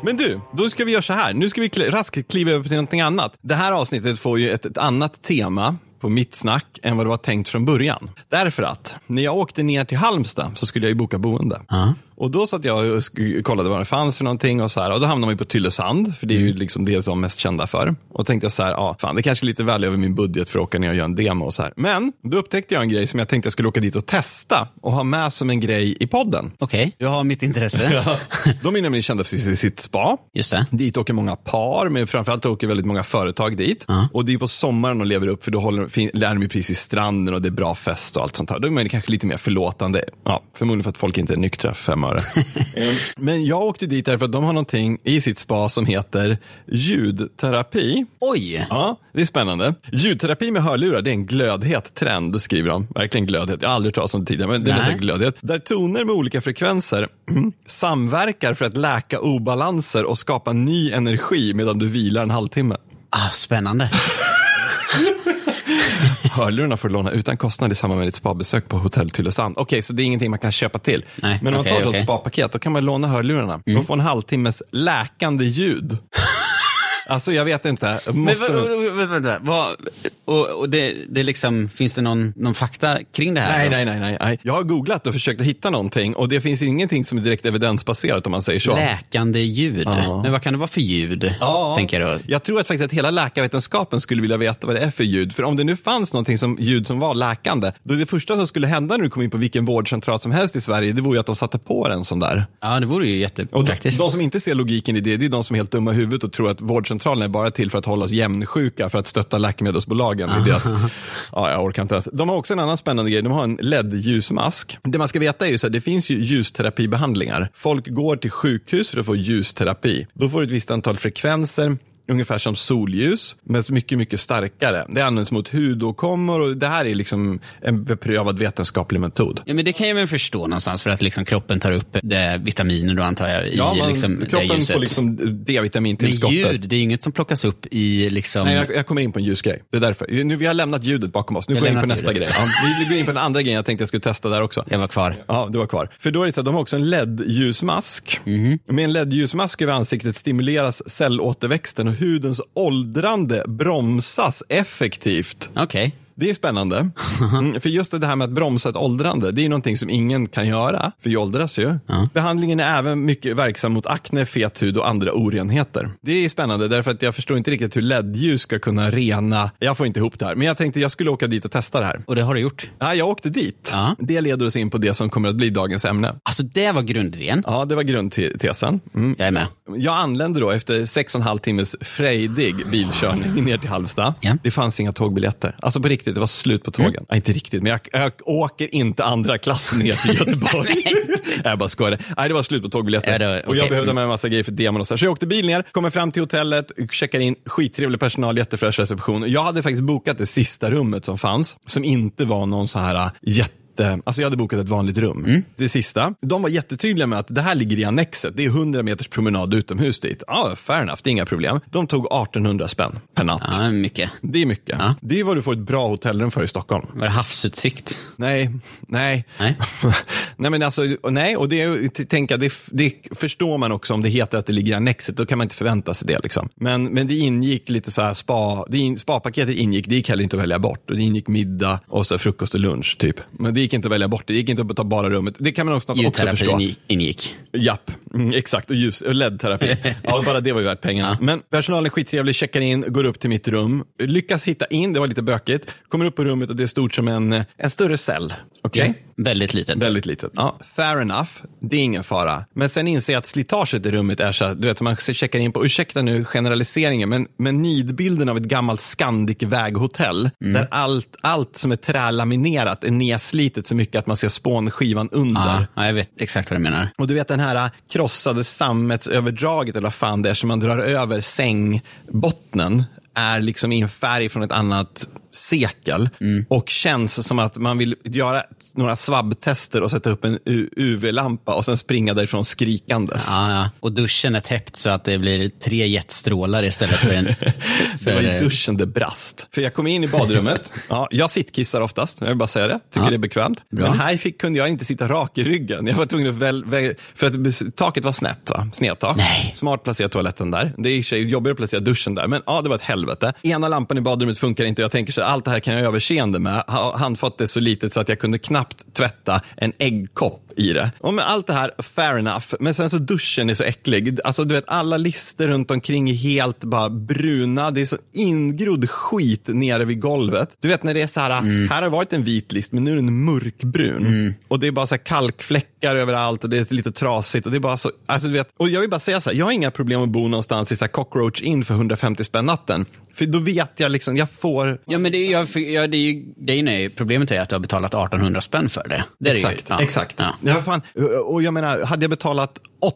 [SPEAKER 2] Men du, då ska vi göra så här. Nu ska vi kli- raskt kliva över till någonting annat. Det här avsnittet får ju ett, ett annat tema på mitt snack än vad det var tänkt från början. Därför att när jag åkte ner till Halmstad så skulle jag ju boka boende.
[SPEAKER 1] Ja.
[SPEAKER 2] Och då satt jag och sk- kollade vad det fanns för någonting och så här. Och då hamnade vi på Tylösand, för det är ju liksom det de är mest kända för. Och tänkte jag så här, ja, fan det kanske är lite väl över min budget för att åka ner och göra en demo och så här. Men då upptäckte jag en grej som jag tänkte jag skulle åka dit och testa och ha med som en grej i podden.
[SPEAKER 1] Okej, du har mitt intresse.
[SPEAKER 2] De är nämligen kända för sitt, sitt spa.
[SPEAKER 1] Just det.
[SPEAKER 2] Dit åker många par, men framförallt åker väldigt många företag dit. Och det är på sommaren de lever upp, för då håller, fin, lär de ju precis i stranden och det är bra fest och allt sånt här. Då är man kanske lite mer förlåtande. Ja, förmodligen för att folk inte är nyktra för fem öre. Ehm, men jag åkte dit därför att de har någonting i sitt spa som heter ljudterapi.
[SPEAKER 1] Oj!
[SPEAKER 2] Ja, det är spännande. Ljudterapi med hörlurar, det är en glödhet trend, skriver de. Verkligen glödhet. Jag har aldrig hört talas om det tidigare, men det är
[SPEAKER 1] Nej.
[SPEAKER 2] verkligen glödhet. Där toner med olika frekvenser samverkar för att läka obalanser och skapa ny energi medan du vilar en halvtimme.
[SPEAKER 1] Ah, spännande.
[SPEAKER 2] Hörlurarna får du låna utan kostnad i samband med ditt spabesök på hotell Tylösand. Okej, så det är ingenting man kan köpa till.
[SPEAKER 1] Nej,
[SPEAKER 2] men om
[SPEAKER 1] okej,
[SPEAKER 2] man
[SPEAKER 1] okej.
[SPEAKER 2] tar
[SPEAKER 1] Mm.
[SPEAKER 2] ett spapaket, då kan man låna hörlurarna. Då får en halvtimmes läkande ljud. alltså, jag vet inte.
[SPEAKER 1] Men
[SPEAKER 2] Måste...
[SPEAKER 1] vänta, vänta, vänta. Vad, och, och det, det är liksom, finns det någon, någon fakta kring det här?
[SPEAKER 2] Nej,
[SPEAKER 1] då?
[SPEAKER 2] nej, nej, nej, nej. Jag har googlat och försökt att hitta någonting och det finns ingenting som är direkt evidensbaserat om man säger så.
[SPEAKER 1] Läkande ljud. Men vad kan det vara för ljud?
[SPEAKER 2] Ja.
[SPEAKER 1] Tänker jag då.
[SPEAKER 2] Jag tror att faktiskt att hela läkarvetenskapen skulle vilja veta vad det är för ljud. För om det nu fanns någonting som ljud som var läkande, då det första som skulle hända när du kom in på vilken vårdcentral som helst i Sverige, det vore ju att de satte på en sån där.
[SPEAKER 1] Ja, det vore ju
[SPEAKER 2] Och
[SPEAKER 1] jättepraktiskt.
[SPEAKER 2] De som inte ser logiken i det, det är de som är helt dumma i huvudet och tror att vårdcentralen är bara till för att hålla oss jämnsjuka för att stötta läkemedelsbolagen. I deras, ja, jag orkar inte ens. De har också en annan spännande grej, de har en LED-ljusmask. Det man ska veta är ju så här, det finns ju ljusterapibehandlingar. Folk går till sjukhus för att få ljusterapi. Då får du ett visst antal frekvenser. Ungefär som solljus, men mycket, mycket starkare. Det används mot hudåkommor och det här är liksom en beprövad vetenskaplig metod.
[SPEAKER 1] Ja, men det kan jag väl förstå någonstans för att liksom kroppen tar upp det, vitaminer då antar jag i
[SPEAKER 2] man-
[SPEAKER 1] liksom, det
[SPEAKER 2] kroppen
[SPEAKER 1] ljuset.
[SPEAKER 2] får liksom
[SPEAKER 1] men
[SPEAKER 2] D-vitamintillskottet.
[SPEAKER 1] ljud, det är ju inget som plockas upp i liksom...
[SPEAKER 2] Nej, jag, jag kommer in på en ljusgrej. Det är därför. Nu, vi har lämnat ljudet bakom oss. Nu
[SPEAKER 1] Vi har
[SPEAKER 2] går jag in på
[SPEAKER 1] lämnat
[SPEAKER 2] nästa
[SPEAKER 1] ljudet.
[SPEAKER 2] grej. Ja, vi går in på den andra grejen jag tänkte jag skulle testa där också.
[SPEAKER 1] Jag var kvar.
[SPEAKER 2] Ja, du var kvar. För då är det så att de har också en LED-ljusmask.
[SPEAKER 1] Mhm.
[SPEAKER 2] Med en LED-ljusmask över ansiktet stimuleras cellåterväxten och hudens åldrande bromsas effektivt.
[SPEAKER 1] Okej.
[SPEAKER 2] Det är spännande. Mm, för just det här med att bromsa ett åldrande, det är ju någonting som ingen kan göra, för vi åldras ju. Behandlingen är även mycket verksam mot akne, fet hud och andra orenheter. Det är spännande, därför att jag förstår inte riktigt hur LED-ljus ska kunna rena. Jag får inte ihop det här, men jag tänkte jag skulle åka dit och testa det här.
[SPEAKER 1] Och det har du gjort.
[SPEAKER 2] Ja, jag åkte dit.
[SPEAKER 1] Ja.
[SPEAKER 2] Det leder oss in på det som kommer att bli dagens ämne.
[SPEAKER 1] Alltså det var grundidén.
[SPEAKER 2] Ja, det var grundtesen. Mm.
[SPEAKER 1] Jag är med.
[SPEAKER 2] Jag anlände då efter sex och en halv timmes frejdig bilkörning ner till Halmstad.
[SPEAKER 1] Mm. Ja. Mm.
[SPEAKER 2] Det fanns inga tågbiljetter. Alltså på riktigt, det var slut på tågen. Nej, inte riktigt, men jag, jag åker inte andra klass ner till Göteborg. Nej, jag bara skojar. Nej, det var slut på tågbiljetter.
[SPEAKER 1] Ja, det var-
[SPEAKER 2] Och jag
[SPEAKER 1] okej.
[SPEAKER 2] behövde ha med en massa grejer för demon och så. här. Så jag åkte bil ner, kommer fram till hotellet, checkar in, skittrevlig personal, jättefräsch reception. Jag hade faktiskt bokat det sista rummet som fanns, som inte var någon så här äh, jätte Alltså jag hade bokat ett vanligt rum.
[SPEAKER 1] Mm.
[SPEAKER 2] Det sista. De var jättetydliga med att det här ligger i annexet. Det är 100 meters promenad utomhus dit. Ja, fair enough. Det är inga problem. De tog 1800 spänn per natt.
[SPEAKER 1] Ja, mycket.
[SPEAKER 2] Det är mycket.
[SPEAKER 1] Ja.
[SPEAKER 2] Det är vad du får ett bra hotellrum för i Stockholm.
[SPEAKER 1] Var det havsutsikt?
[SPEAKER 2] Nej, nej.
[SPEAKER 1] Nej.
[SPEAKER 2] nej men alltså, och nej, och det, är ju- t- tänka, det, f- det förstår man också om det heter att det ligger i annexet, då kan man inte förvänta sig det. Liksom. Men, men det ingick lite så här spa, det in, spapaketet ingick, det gick heller inte att välja bort. Och det ingick middag och så här frukost och lunch typ. Men det gick inte att välja bort, det gick inte att ta bara rummet. Det kan man också, också förstå.
[SPEAKER 1] Ljudterapin i- ingick.
[SPEAKER 2] Japp, mm, exakt. Och ljus, och LED-terapi. ja, bara det var ju värt pengarna. Men personalen är skittrevlig, checkar in, går upp till mitt rum, lyckas hitta in, det var lite bökigt. Kommer upp på rummet och det är stort som en, eh, en större cell. Okej?
[SPEAKER 1] Väldigt litet.
[SPEAKER 2] Väldigt litet. Ja, fair enough, det är ingen fara. Men sen inser jag att slitaget i rummet är så här, du vet, man checkar in på, ursäkta nu generaliseringen, men, men nidbilden av ett gammalt Scandic väghotell, där allt, allt som är trälaminerat är nedslitet så mycket att man ser spånskivan under.
[SPEAKER 1] ja, ja, jag vet exakt vad du menar.
[SPEAKER 2] Och du vet den här äh, krossade sammetsöverdraget eller vad fan det är som man drar över sängbottnen är liksom i en färg från ett annat sekel och känns som att man vill göra några svabbtester och sätta upp en U- UV-lampa och sen springa därifrån skrikandes.
[SPEAKER 1] Ja, ja. Och duschen är täppt så att det blir tre jetstrålar istället för en... för,
[SPEAKER 2] Det var i
[SPEAKER 1] eh,
[SPEAKER 2] duschen det brast. För jag kom in i badrummet. Ja, jag sittkissar oftast, jag vill bara säga det. Tycker
[SPEAKER 1] Ja.
[SPEAKER 2] det är bekvämt. Men här fick, kunde jag inte sitta rak i ryggen. Jag var tvungen att väl, väl, För att bes- taket var snett, va? snedtak.
[SPEAKER 1] Nej.
[SPEAKER 2] Smart placerat toaletten där. Det är i och för sig jobbigare att placera duschen där, men ja, det var ett helvete. Ena lampan i badrummet funkar inte och jag tänker så allt det här kan jag överseende med. Ha- Handfatet är så litet så att jag kunde knappt tvätta en äggkopp i det. Och med allt det här, fair enough. Men sen så duschen är så äcklig. Alltså du vet, alla lister runt omkring är helt bara bruna. Det är så ingrodd skit nere vid golvet. Du vet när det är så här, här har varit en vit list men nu är den mörkbrun. Och det är bara så här kalkfläckar överallt och det är lite trasigt. Och det är bara så, alltså du vet, och jag vill bara säga så här, jag har inga problem att bo någonstans i så här cockroach in för 150 spänn natten. För då vet jag liksom, jag får
[SPEAKER 1] Ja, men det är, jag, ja, det är ju grejen är, ju- problemet är att du har betalat 1800 spänn för det. det är
[SPEAKER 2] Exakt,
[SPEAKER 1] det ju, ja.
[SPEAKER 2] exakt.
[SPEAKER 1] Ja.
[SPEAKER 2] Ja, fan. Och jag menar, hade jag betalat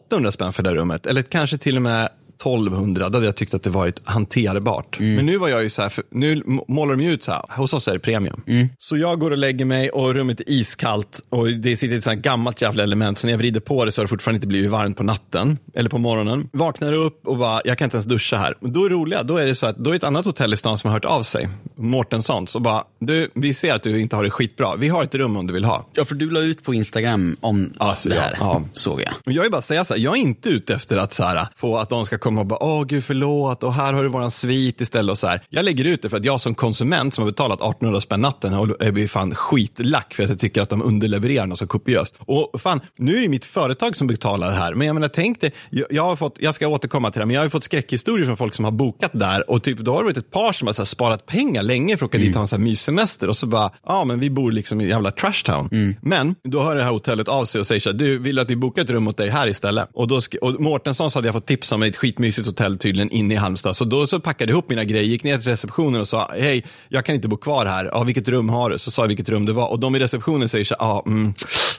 [SPEAKER 2] 800 spänn för det här rummet, eller kanske till och med 1200, då hade jag tyckt att det varit hanterbart.
[SPEAKER 1] Mm.
[SPEAKER 2] Men nu var jag ju så här, för nu målar de ju ut så här, hos oss är det premium.
[SPEAKER 1] Mm.
[SPEAKER 2] Så jag går och lägger mig och rummet är iskallt och det sitter ett sånt här gammalt jävla element, så när jag vrider på det så har det fortfarande inte blivit varmt på natten, eller på morgonen. Vaknar upp och bara, jag kan inte ens duscha här. Och Då är det roliga, då är det så att, då är ett annat hotell i stan som har hört av sig, Mårtenssons, och bara, du, vi ser att du inte har det skitbra, vi har ett rum om du vill ha.
[SPEAKER 1] Ja, för du la ut på Instagram om
[SPEAKER 2] Alltså,
[SPEAKER 1] det
[SPEAKER 2] ja,
[SPEAKER 1] här,
[SPEAKER 2] ja.
[SPEAKER 1] såg jag.
[SPEAKER 2] Men jag vill bara säga så här, jag är inte ute efter att så här, få att de ska komma och bara, åh gud förlåt, och här har du våran svit istället och så här. Jag lägger ut det för att jag som konsument som har betalat 1800 spänn natten och är blir fan skitlack för att jag tycker att de underlevererar något så kopiöst. Och fan, nu är det ju mitt företag som betalar det här, men jag menar tänk dig, jag, jag har fått, jag ska återkomma till det, här, men jag har ju fått skräckhistorier från folk som har bokat där och typ då har det varit ett par som har så här, sparat pengar länge för att åka dit och ha en så här myssemester och så bara, ja men vi bor liksom i jävla trash town. Men då hör det här hotellet av sig och säger så här, du vill att vi bokar ett rum åt dig här istället. Och, då sk- och Mårtenssons hade jag fått tips om ett skitmysigt hotell tydligen inne i Halmstad. Så då så packade jag ihop mina grejer, gick ner till receptionen och sa, hej, jag kan inte bo kvar här. Ja, vilket rum har du? Så sa jag vilket rum det var. Och de i receptionen säger så här, ja, mm,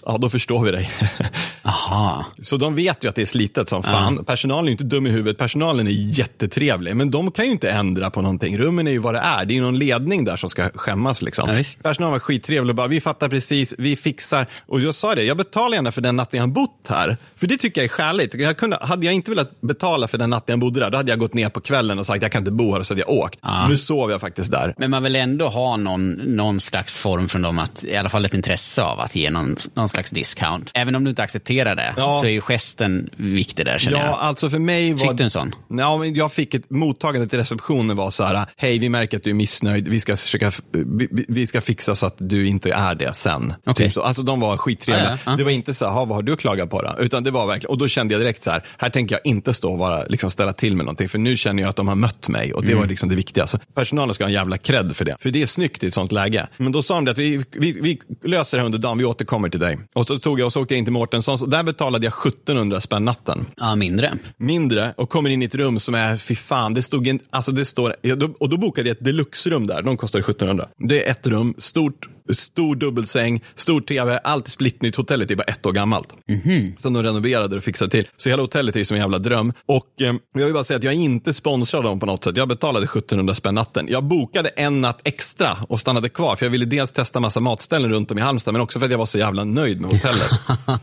[SPEAKER 2] ja då förstår vi dig.
[SPEAKER 1] Aha.
[SPEAKER 2] Så de vet ju att det är slitet som fan. Personalen är ju inte dum i huvudet, personalen är jättetrevlig. Men de kan ju inte ändra på någonting. Rummen är ju vad det är. Det är ju någon ledning där som ska skämmas. Liksom.
[SPEAKER 1] Ja, visst.
[SPEAKER 2] personalen var skittrevlig och bara, vi fattar precis, vi fixar. Och jag sa det, jag betalar gärna för den natten jag har bott här. För det tycker jag är skäligt. Jag kunde, hade jag inte velat betala för den natten jag bodde där, då hade jag gått ner på kvällen och sagt, jag kan inte bo här, och så hade jag åkt. Nu sov jag faktiskt där.
[SPEAKER 1] Men man vill ändå ha någon, någon slags form från dem, att, i alla fall ett intresse av att ge någon, någon slags discount. Även om du inte accepterar det,
[SPEAKER 2] Ja.
[SPEAKER 1] så är ju gesten viktig där känner
[SPEAKER 2] Ja,
[SPEAKER 1] jag.
[SPEAKER 2] alltså för mig var...
[SPEAKER 1] Fick du en sån?
[SPEAKER 2] Ja, men jag fick ett mottagande till receptionen var så här, hej vi märker att du är missnöjd, vi ska, försöka, f- vi, vi- vi ska fixa så att du inte är det sen.
[SPEAKER 1] Okej.
[SPEAKER 2] så. Alltså de var skittrevliga.
[SPEAKER 1] Ja, ja, ja.
[SPEAKER 2] Det var inte så här, "Ha, vad har du att klaga på då? Utan det var verkligen, och då kände jag direkt så här, här tänker jag inte stå och vara, liksom ställa till med någonting, för nu känner jag att de har mött mig och det
[SPEAKER 1] Mm.
[SPEAKER 2] var liksom det viktiga. Så personalen ska ha en jävla cred för det, för det är snyggt i ett sånt läge. Men då sa de det att vi, vi, vi löser det här under dagen, vi återkommer till dig. Och så tog jag och så åkte jag in till Mårtenssons och där betalade jag 1700 spänn natten
[SPEAKER 1] Ja, mindre.
[SPEAKER 2] mindre och kommer in i ett rum som är, fy fan, det stod en, alltså det står, ja, då- och då bokade jag ett deluxe-rum där, de kostar 1700. Det är ett rum, stort, stor dubbelsäng, stor tv, allt är splittnytt, hotellet är bara ett år gammalt. mm Sen de renoverade och fixade till. Så hela hotellet är ju som en jävla dröm. Och eh, jag vill bara säga att jag är inte sponsrad av dem på något sätt, jag betalade 1700 spänn natten. Jag bokade en natt extra och stannade kvar, för jag ville dels testa massa matställen runt om i Halmstad, men också för att jag var så jävla nöjd med hotellet.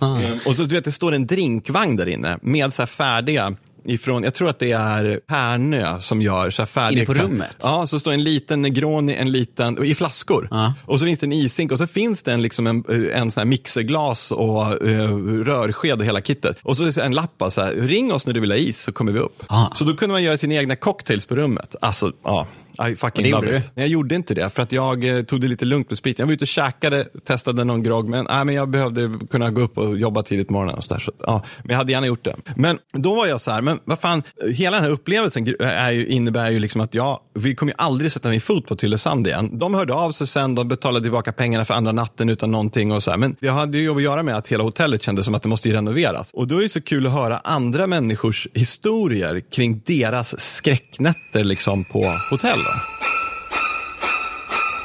[SPEAKER 2] Mm. Och så du vet, det står en drinkvagn där inne med så här färdiga ifrån, jag tror att det är Härnö som gör så här färdiga.
[SPEAKER 1] Inne på
[SPEAKER 2] kan-
[SPEAKER 1] rummet?
[SPEAKER 2] Ja, så står en liten Negroni, en liten, i flaskor.
[SPEAKER 1] Ja.
[SPEAKER 2] Och så finns det en ishink och så finns det en, liksom en, en sån här mixerglas och eh, rörsked och hela kittet. Och så är det en lapp bara så här, ring oss när du vill ha is så kommer vi upp.
[SPEAKER 1] Ah.
[SPEAKER 2] Så då kunde man göra sina egna cocktails på rummet. Alltså, ja. I fucking
[SPEAKER 1] det
[SPEAKER 2] love
[SPEAKER 1] gjorde
[SPEAKER 2] it.
[SPEAKER 1] du?
[SPEAKER 2] Nej, jag gjorde inte det för att jag eh, tog det lite lugnt med spriten. Jag var ute och käkade, testade någon grogg, men, nej, men jag behövde kunna gå upp och jobba tidigt på morgonen. Och så där, så, ja, men jag hade gärna gjort det. Men då var jag så här, men vad fan, hela den här upplevelsen gr- är ju, innebär ju liksom att jag, vi kommer ju aldrig sätta min fot på Tylösand igen. De hörde av sig sen, de betalade tillbaka pengarna för andra natten utan någonting och så här. Men det hade ju att göra med att hela hotellet kändes som att det måste ju renoveras. Och då är det så kul att höra andra människors historier kring deras skräcknätter liksom på hotell. Då.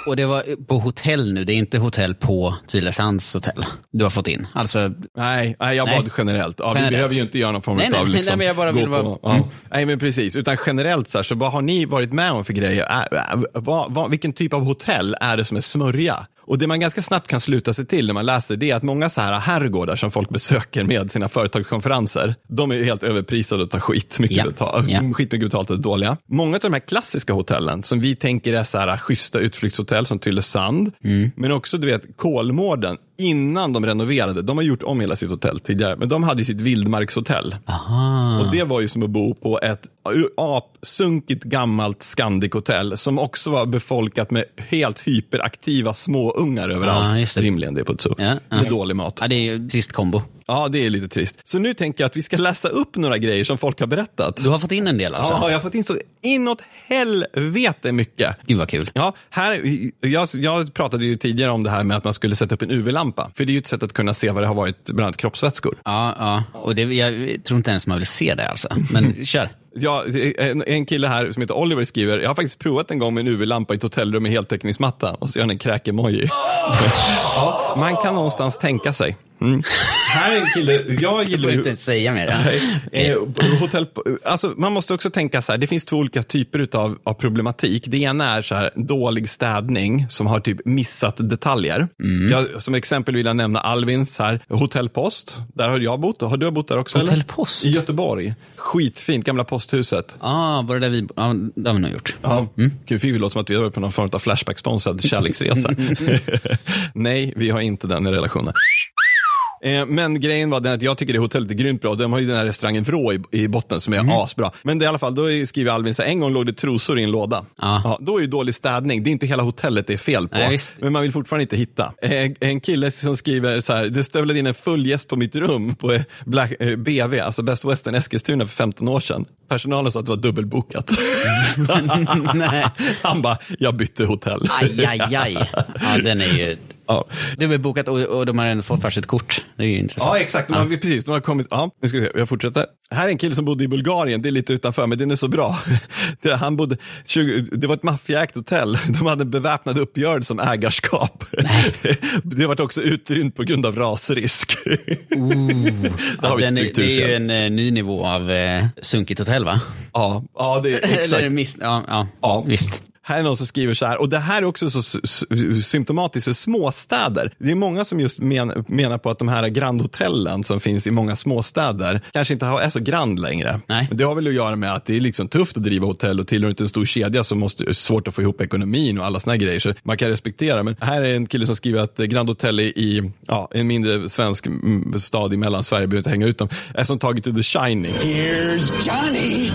[SPEAKER 1] Och det var på hotell nu, det är inte hotell på Tylösands hotell du har fått in. Alltså,
[SPEAKER 2] Nej, nej jag
[SPEAKER 1] Nej.
[SPEAKER 2] bad generellt. Ja,
[SPEAKER 1] Generellt.
[SPEAKER 2] Vi behöver ju inte göra någon form
[SPEAKER 1] Nej, nej,
[SPEAKER 2] av...
[SPEAKER 1] nej,
[SPEAKER 2] Liksom,
[SPEAKER 1] men jag bara
[SPEAKER 2] gå
[SPEAKER 1] vill vara-
[SPEAKER 2] på, ja. Mm. Nej, men precis. Utan generellt, så, här, så vad har ni varit med om för grejer? Äh, äh, vad, vad, vilken typ av hotell är det som är smörja? Och det man ganska snabbt kan sluta sig till när man läser det är att många så här herrgårdar som folk besöker med sina företagskonferenser, de är ju helt överprisade och tar skit mycket,
[SPEAKER 1] Ja,
[SPEAKER 2] betal,
[SPEAKER 1] ja.
[SPEAKER 2] skitmycket betalt och dåliga. Många av de här klassiska hotellen som vi tänker är så här schyssta utflyktshotell som Tylösand,
[SPEAKER 1] Mm.
[SPEAKER 2] men också du vet Kolmården, innan de renoverade, de har gjort om hela sitt hotell tidigare, men de hade ju sitt vildmarkshotell.
[SPEAKER 1] aha.
[SPEAKER 2] Och det var ju som att bo på ett apsunkigt gammalt Scandic-hotell som också var befolkat med helt hyperaktiva småungar
[SPEAKER 1] Ah,
[SPEAKER 2] överallt.
[SPEAKER 1] just det.
[SPEAKER 2] Rimligen det på ett zoo.
[SPEAKER 1] Ja, ja.
[SPEAKER 2] Med dålig mat.
[SPEAKER 1] Ja, det är ju ett trist kombo.
[SPEAKER 2] Ja, det är lite trist. Så nu tänker jag att vi ska läsa upp några grejer som folk har berättat.
[SPEAKER 1] Du har fått in en del alltså?
[SPEAKER 2] Ja, jag har fått in så inåt helvete mycket.
[SPEAKER 1] Gud vad kul.
[SPEAKER 2] Ja, här, jag, jag pratade ju tidigare om det här med att man skulle sätta upp en UV-lampa. För det är ju ett sätt att kunna se vad det har varit, bland annat kroppsvätskor.
[SPEAKER 1] Ja, ja. Och det, jag tror inte ens man vill se det alltså. Men kör.
[SPEAKER 2] Ja, eh, en, en kille här som heter Oliver skriver, jag har faktiskt provat en gång med en UV-lampa i ett hotellrum med heltäckningsmatta och så gör han en kräkemoji. ja, man kan någonstans tänka sig. Mm. Här är en kille, jag
[SPEAKER 1] Du
[SPEAKER 2] gillar
[SPEAKER 1] får
[SPEAKER 2] ju-
[SPEAKER 1] inte ens säga mer.
[SPEAKER 2] Eh, hotell, alltså, man måste också tänka så här, det finns två olika typer utav, av problematik. Det ena är så här, dålig städning som har typ missat detaljer. Jag, som exempel vill jag nämna Alvins här, hotellpost. Där har jag bott, har du bott där också?
[SPEAKER 1] Hotell
[SPEAKER 2] eller?
[SPEAKER 1] Post?
[SPEAKER 2] I Göteborg. Skitfint, gamla posthuset.
[SPEAKER 1] Ja, ah, var det där vi... Ja, det har vi nog gjort.
[SPEAKER 2] Ja. Gud, vi låter som att vi har varit på någon form av Flashback-sponsrad kärleksresa. Nej, vi har inte den i relationen. Eh, Men grejen var den att jag tycker det hotellet är grymt bra. De har ju den här restaurangen Vrå i, i botten som är
[SPEAKER 1] Mm.
[SPEAKER 2] asbra. Men det är i alla fall, då är- skriver Alvin så här, en gång låg det trosor i en låda.
[SPEAKER 1] Ja.
[SPEAKER 2] Ja, då är ju dålig städning, det är inte hela hotellet det är fel på.
[SPEAKER 1] Nej, visst.
[SPEAKER 2] men man vill fortfarande inte hitta. Eh, En kille som skriver så här, det stövlade in en full gäst på mitt rum på eh, Black, eh, BV, alltså Best Western Eskilstuna för 15 år sedan. Personalen sa att det var dubbelbokat.
[SPEAKER 1] Nej.
[SPEAKER 2] Han bara, jag bytte hotell.
[SPEAKER 1] Aj, aj, aj. Ja, den är ju...
[SPEAKER 2] Ja.
[SPEAKER 1] Du har bokat och, och de har ändå fått varsitt kort. Det är ju intressant.
[SPEAKER 2] Ja, exakt. De har, Precis, de har kommit. Ja, nu ska vi se. Jag fortsätter. Här är en kille som bodde i Bulgarien. Det är lite utanför, men den är så bra. Det, han bodde 20, det var ett maffiaägt hotell. De hade en beväpnad uppgörelse om ägarskap. Det var också utrymt på grund av rasrisk. Där har vi ett
[SPEAKER 1] den är, det är ju
[SPEAKER 2] strukturfel.
[SPEAKER 1] en eh, ny nivå av eh, sunkigt hotell, va?
[SPEAKER 2] Ja, ja, det är exakt.
[SPEAKER 1] Eller miss... Ja, ja,
[SPEAKER 2] Ja.
[SPEAKER 1] visst.
[SPEAKER 2] Här är någon som skriver så här, och det här är också så s- s- symptomatiskt för småstäder. Det är många som just men, menar på att de här grandhotellen som finns i många småstäder kanske inte har- är så grand längre.
[SPEAKER 1] Nej.
[SPEAKER 2] Men Det har väl att göra med att det är liksom tufft att driva hotell och tillhör inte en stor kedja så måste, är det svårt att få ihop ekonomin och alla såna här grejer. Så man kan respektera, men här är en kille som skriver att eh, Grand Hotel är i ja, en mindre svensk mm, stad i Mellansverige, behöver inte hänga ut dem, är som taget ur The Shining.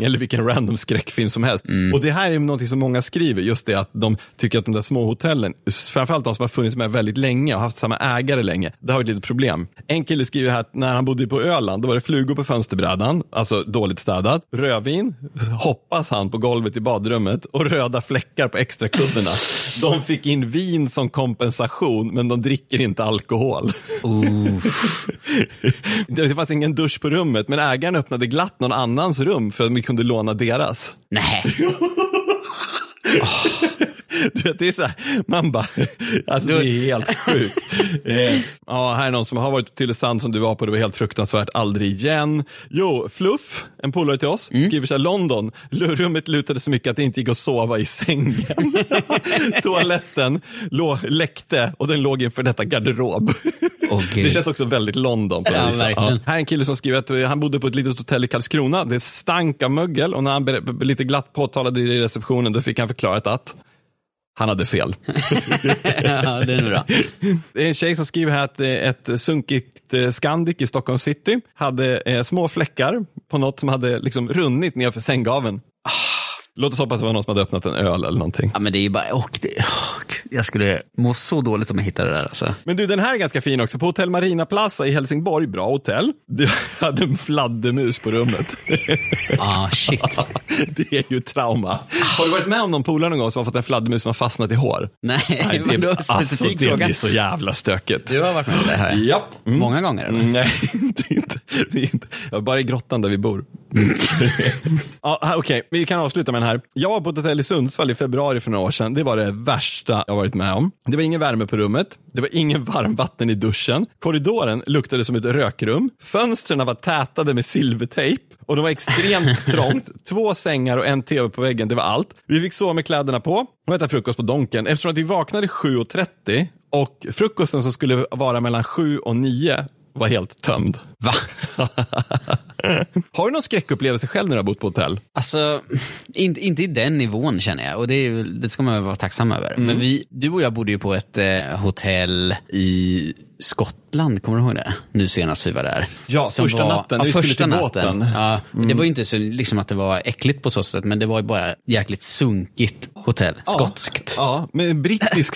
[SPEAKER 2] Eller vilken random skräckfilm som helst. Och det här är någonting som många skriver, just det att de tycker att de där små hotellen, framförallt de som har funnits med väldigt länge och haft samma ägare länge, det har varit lite problem. En kille skriver här att när han bodde på Öland, då var det flugor på fönsterbrädan, alltså dåligt städat, rödvin, hoppas han på golvet i badrummet och röda fläckar på extrakuddarna. De fick in vin som kompensation, men de dricker inte alkohol.
[SPEAKER 1] Oh.
[SPEAKER 2] Det fanns ingen dusch på rummet, men ägaren öppnade glatt någon annans rum för att vi kunde låna deras.
[SPEAKER 1] Nej.
[SPEAKER 2] Du vet, det är så här, man bara, alltså det är helt sjukt. Eh, Ja, här är någon som har varit på Tylösand som du var på, det var helt fruktansvärt, aldrig igen. Jo, Fluff, en polare till oss, skriver så här, London, rummet lutade så mycket att det inte gick att sova i sängen. Toaletten lå, läckte och den låg inför detta garderob.
[SPEAKER 1] Åh, gud.
[SPEAKER 2] det känns också väldigt London på det
[SPEAKER 1] Mm. Ja,
[SPEAKER 2] viset.
[SPEAKER 1] verkligen.
[SPEAKER 2] Här är en kille som skriver att eh, han bodde på ett litet hotell i Karlskrona. Det stank av mögel och när han ber- b- lite glatt påtalade det i receptionen då fick han förklarat att han hade fel.
[SPEAKER 1] Ja, den är bra.
[SPEAKER 2] Det är en tjej som skriver här att eh, ett sunkigt eh, Scandic i Stockholm city hade eh, små fläckar på något som hade liksom runnit nerför sänggaveln. Ah, Låt oss hoppas att det var någon som hade öppnat en öl eller någonting.
[SPEAKER 1] Ja, men det är ju bara... Och det, åh, gud, jag skulle må så dåligt om jag hittade det där alltså.
[SPEAKER 2] Men du, den här är ganska fin också. På Hotell Marina Plaza i Helsingborg, bra hotell. Du hade en fladdermus på rummet.
[SPEAKER 1] Ah, shit.
[SPEAKER 2] Det är ju ett trauma. Har du varit med om någon polare någon gång som har fått en fladdermus som har fastnat i hår?
[SPEAKER 1] Nej,
[SPEAKER 2] det,
[SPEAKER 1] men det var en
[SPEAKER 2] alltså,
[SPEAKER 1] specifik
[SPEAKER 2] det
[SPEAKER 1] fråga.
[SPEAKER 2] blir så jävla stökigt.
[SPEAKER 1] Du har varit med om det här?
[SPEAKER 2] Japp. Mm.
[SPEAKER 1] Många gånger? Eller?
[SPEAKER 2] Nej, det är inte, det är inte. Jag var bara i grottan där vi bor. ja, här, Okej, vi kan avsluta med den här. Jag var på ett hotell i Sundsvall i februari för några år sedan. Det var det värsta jag varit med om. Det var ingen värme på rummet. Det var ingen varmvatten i duschen. Korridoren luktade som ett rökrum. Fönstren var tätade med silvertejp. Och det var extremt trångt. Två sängar och en tv på väggen, det var allt. Vi fick sova med kläderna på och äta frukost på Donken. Eftersom att vi vaknade 7.30 och frukosten som skulle vara mellan 7 och 9 var helt tömd.
[SPEAKER 1] Va?
[SPEAKER 2] Har du någon skräckupplevelse själv när du har bott på hotell?
[SPEAKER 1] Alltså, in, inte i den nivån känner jag och det, är, ju- det ska man väl vara tacksam över.
[SPEAKER 2] Mm.
[SPEAKER 1] Men vi, du och jag bodde ju på ett eh, hotell i Skottland, kommer du ihåg det? Nu senast vi var där.
[SPEAKER 2] Ja, första natten, när vi skulle
[SPEAKER 1] första
[SPEAKER 2] till
[SPEAKER 1] natten.
[SPEAKER 2] båten. Mm.
[SPEAKER 1] Ja, Det var ju inte så liksom, att det var äckligt på så sätt, men det var ju bara jäkligt sunkigt hotell. Skotskt.
[SPEAKER 2] Ja, med brittisk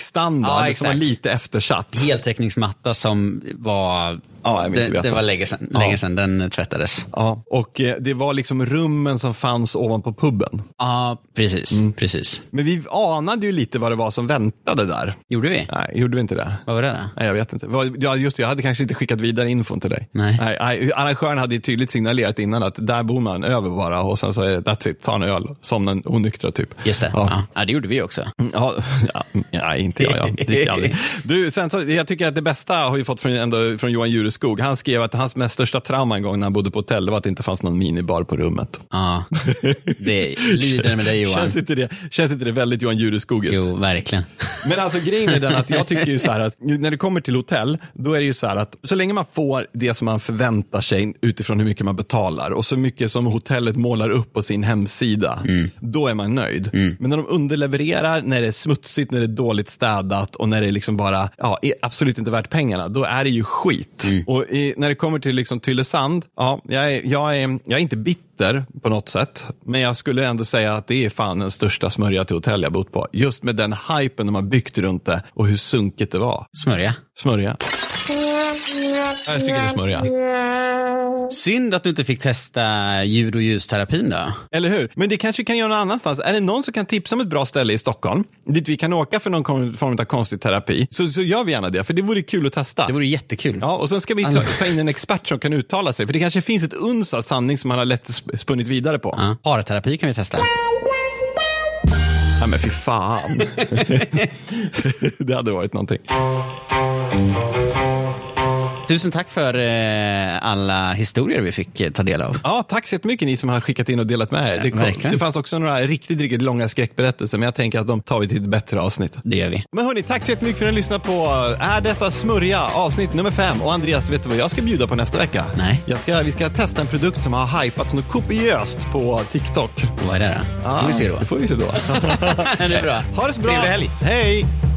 [SPEAKER 2] standard
[SPEAKER 1] Ja,
[SPEAKER 2] som var
[SPEAKER 1] exakt.
[SPEAKER 2] lite eftersatt.
[SPEAKER 1] Heltäckningsmatta som var...
[SPEAKER 2] Ja, jag vill inte
[SPEAKER 1] det,
[SPEAKER 2] veta.
[SPEAKER 1] det var länge sedan, länge sedan den tvättades.
[SPEAKER 2] Ja, och eh, det var liksom rummen som fanns ovanpå puben.
[SPEAKER 1] Ja, precis.
[SPEAKER 2] Mm.
[SPEAKER 1] precis.
[SPEAKER 2] Men vi anade ju lite vad det var som väntade där.
[SPEAKER 1] Gjorde vi?
[SPEAKER 2] Nej, gjorde vi inte det?
[SPEAKER 1] Vad var det då?
[SPEAKER 2] Nej, jag vet inte. Vad- Ja, just det, jag hade kanske inte skickat vidare infon till dig.
[SPEAKER 1] Nej.
[SPEAKER 2] Nej, nej, arrangören hade ju tydligt signalerat innan att där bor man över bara och sen så är det that's it, ta en öl, somna onyktra typ.
[SPEAKER 1] Just det.
[SPEAKER 2] Ja.
[SPEAKER 1] Ja. Ja, det gjorde vi också.
[SPEAKER 2] Ja, ja, nej, inte jag. jag dricker aldrig. Du, sen så, jag tycker att det bästa har vi fått från, ändå, från Johan Jureskog. Han skrev att hans mest största trauma en gång när han bodde på hotell det var att det inte fanns någon minibar på rummet.
[SPEAKER 1] Ja, det lider med dig Johan.
[SPEAKER 2] Känns inte det, känns inte det väldigt Johan Jureskog ut?
[SPEAKER 1] Jo, verkligen.
[SPEAKER 2] Men alltså grejen är den att jag tycker ju så här att när det kommer till hotell, då är det ju så här att så länge man får det som man förväntar sig utifrån hur mycket man betalar och så mycket som hotellet målar upp på sin hemsida,
[SPEAKER 1] Mm.
[SPEAKER 2] då är man nöjd. Men när de underlevererar, när det är smutsigt, när det är dåligt städat och när det är liksom bara, ja, är absolut inte värt pengarna, då är det ju skit. Och i, när det kommer till liksom Tylösand, ja, jag är, jag är, jag är inte bitter på något sätt, men jag skulle ändå säga att det är fan den största smörja till hotell jag bott på. Just med den hypen de har byggt runt det och hur sunkigt det var.
[SPEAKER 1] Smörja.
[SPEAKER 2] Smörja. Jag tycker det är smörja.
[SPEAKER 1] Synd att du inte fick testa ljud och ljusterapin då.
[SPEAKER 2] Eller hur? Men det kanske vi kan göra någon annanstans. Är det någon som kan tipsa om ett bra ställe i Stockholm dit vi kan åka för någon kom- form av konstig terapi så, så gör vi gärna det, för det vore kul att testa.
[SPEAKER 1] Det vore jättekul.
[SPEAKER 2] Ja, och sen ska vi ta, ta in en expert som kan uttala sig, för det kanske finns ett uns av sanning som han har lätt sp- spunnit vidare på.
[SPEAKER 1] Ja. Parterapi kan vi testa.
[SPEAKER 2] Nej men fy fan. det hade varit någonting.
[SPEAKER 1] Tusen tack för eh, alla historier vi fick eh, ta del av.
[SPEAKER 2] Ja, tack så jättemycket ni som har skickat in och delat med er. Det, kom,
[SPEAKER 1] verkligen.
[SPEAKER 2] det fanns också några riktigt, riktigt långa skräckberättelser, men jag tänker att de tar vi till ett bättre avsnitt.
[SPEAKER 1] Det gör vi.
[SPEAKER 2] Men hörni, tack så jättemycket för att ni lyssnade på Är detta smörja? Avsnitt nummer fem. Och Andreas, vet du vad jag ska bjuda på nästa vecka?
[SPEAKER 1] Nej.
[SPEAKER 2] Jag ska, vi ska testa en produkt som har hypats något kopiöst på TikTok.
[SPEAKER 1] Vad är det då? får vi se då.
[SPEAKER 2] Det får vi se då.
[SPEAKER 1] det är bra.
[SPEAKER 2] Ha det så bra.
[SPEAKER 1] Trevlig helg.
[SPEAKER 2] Hej!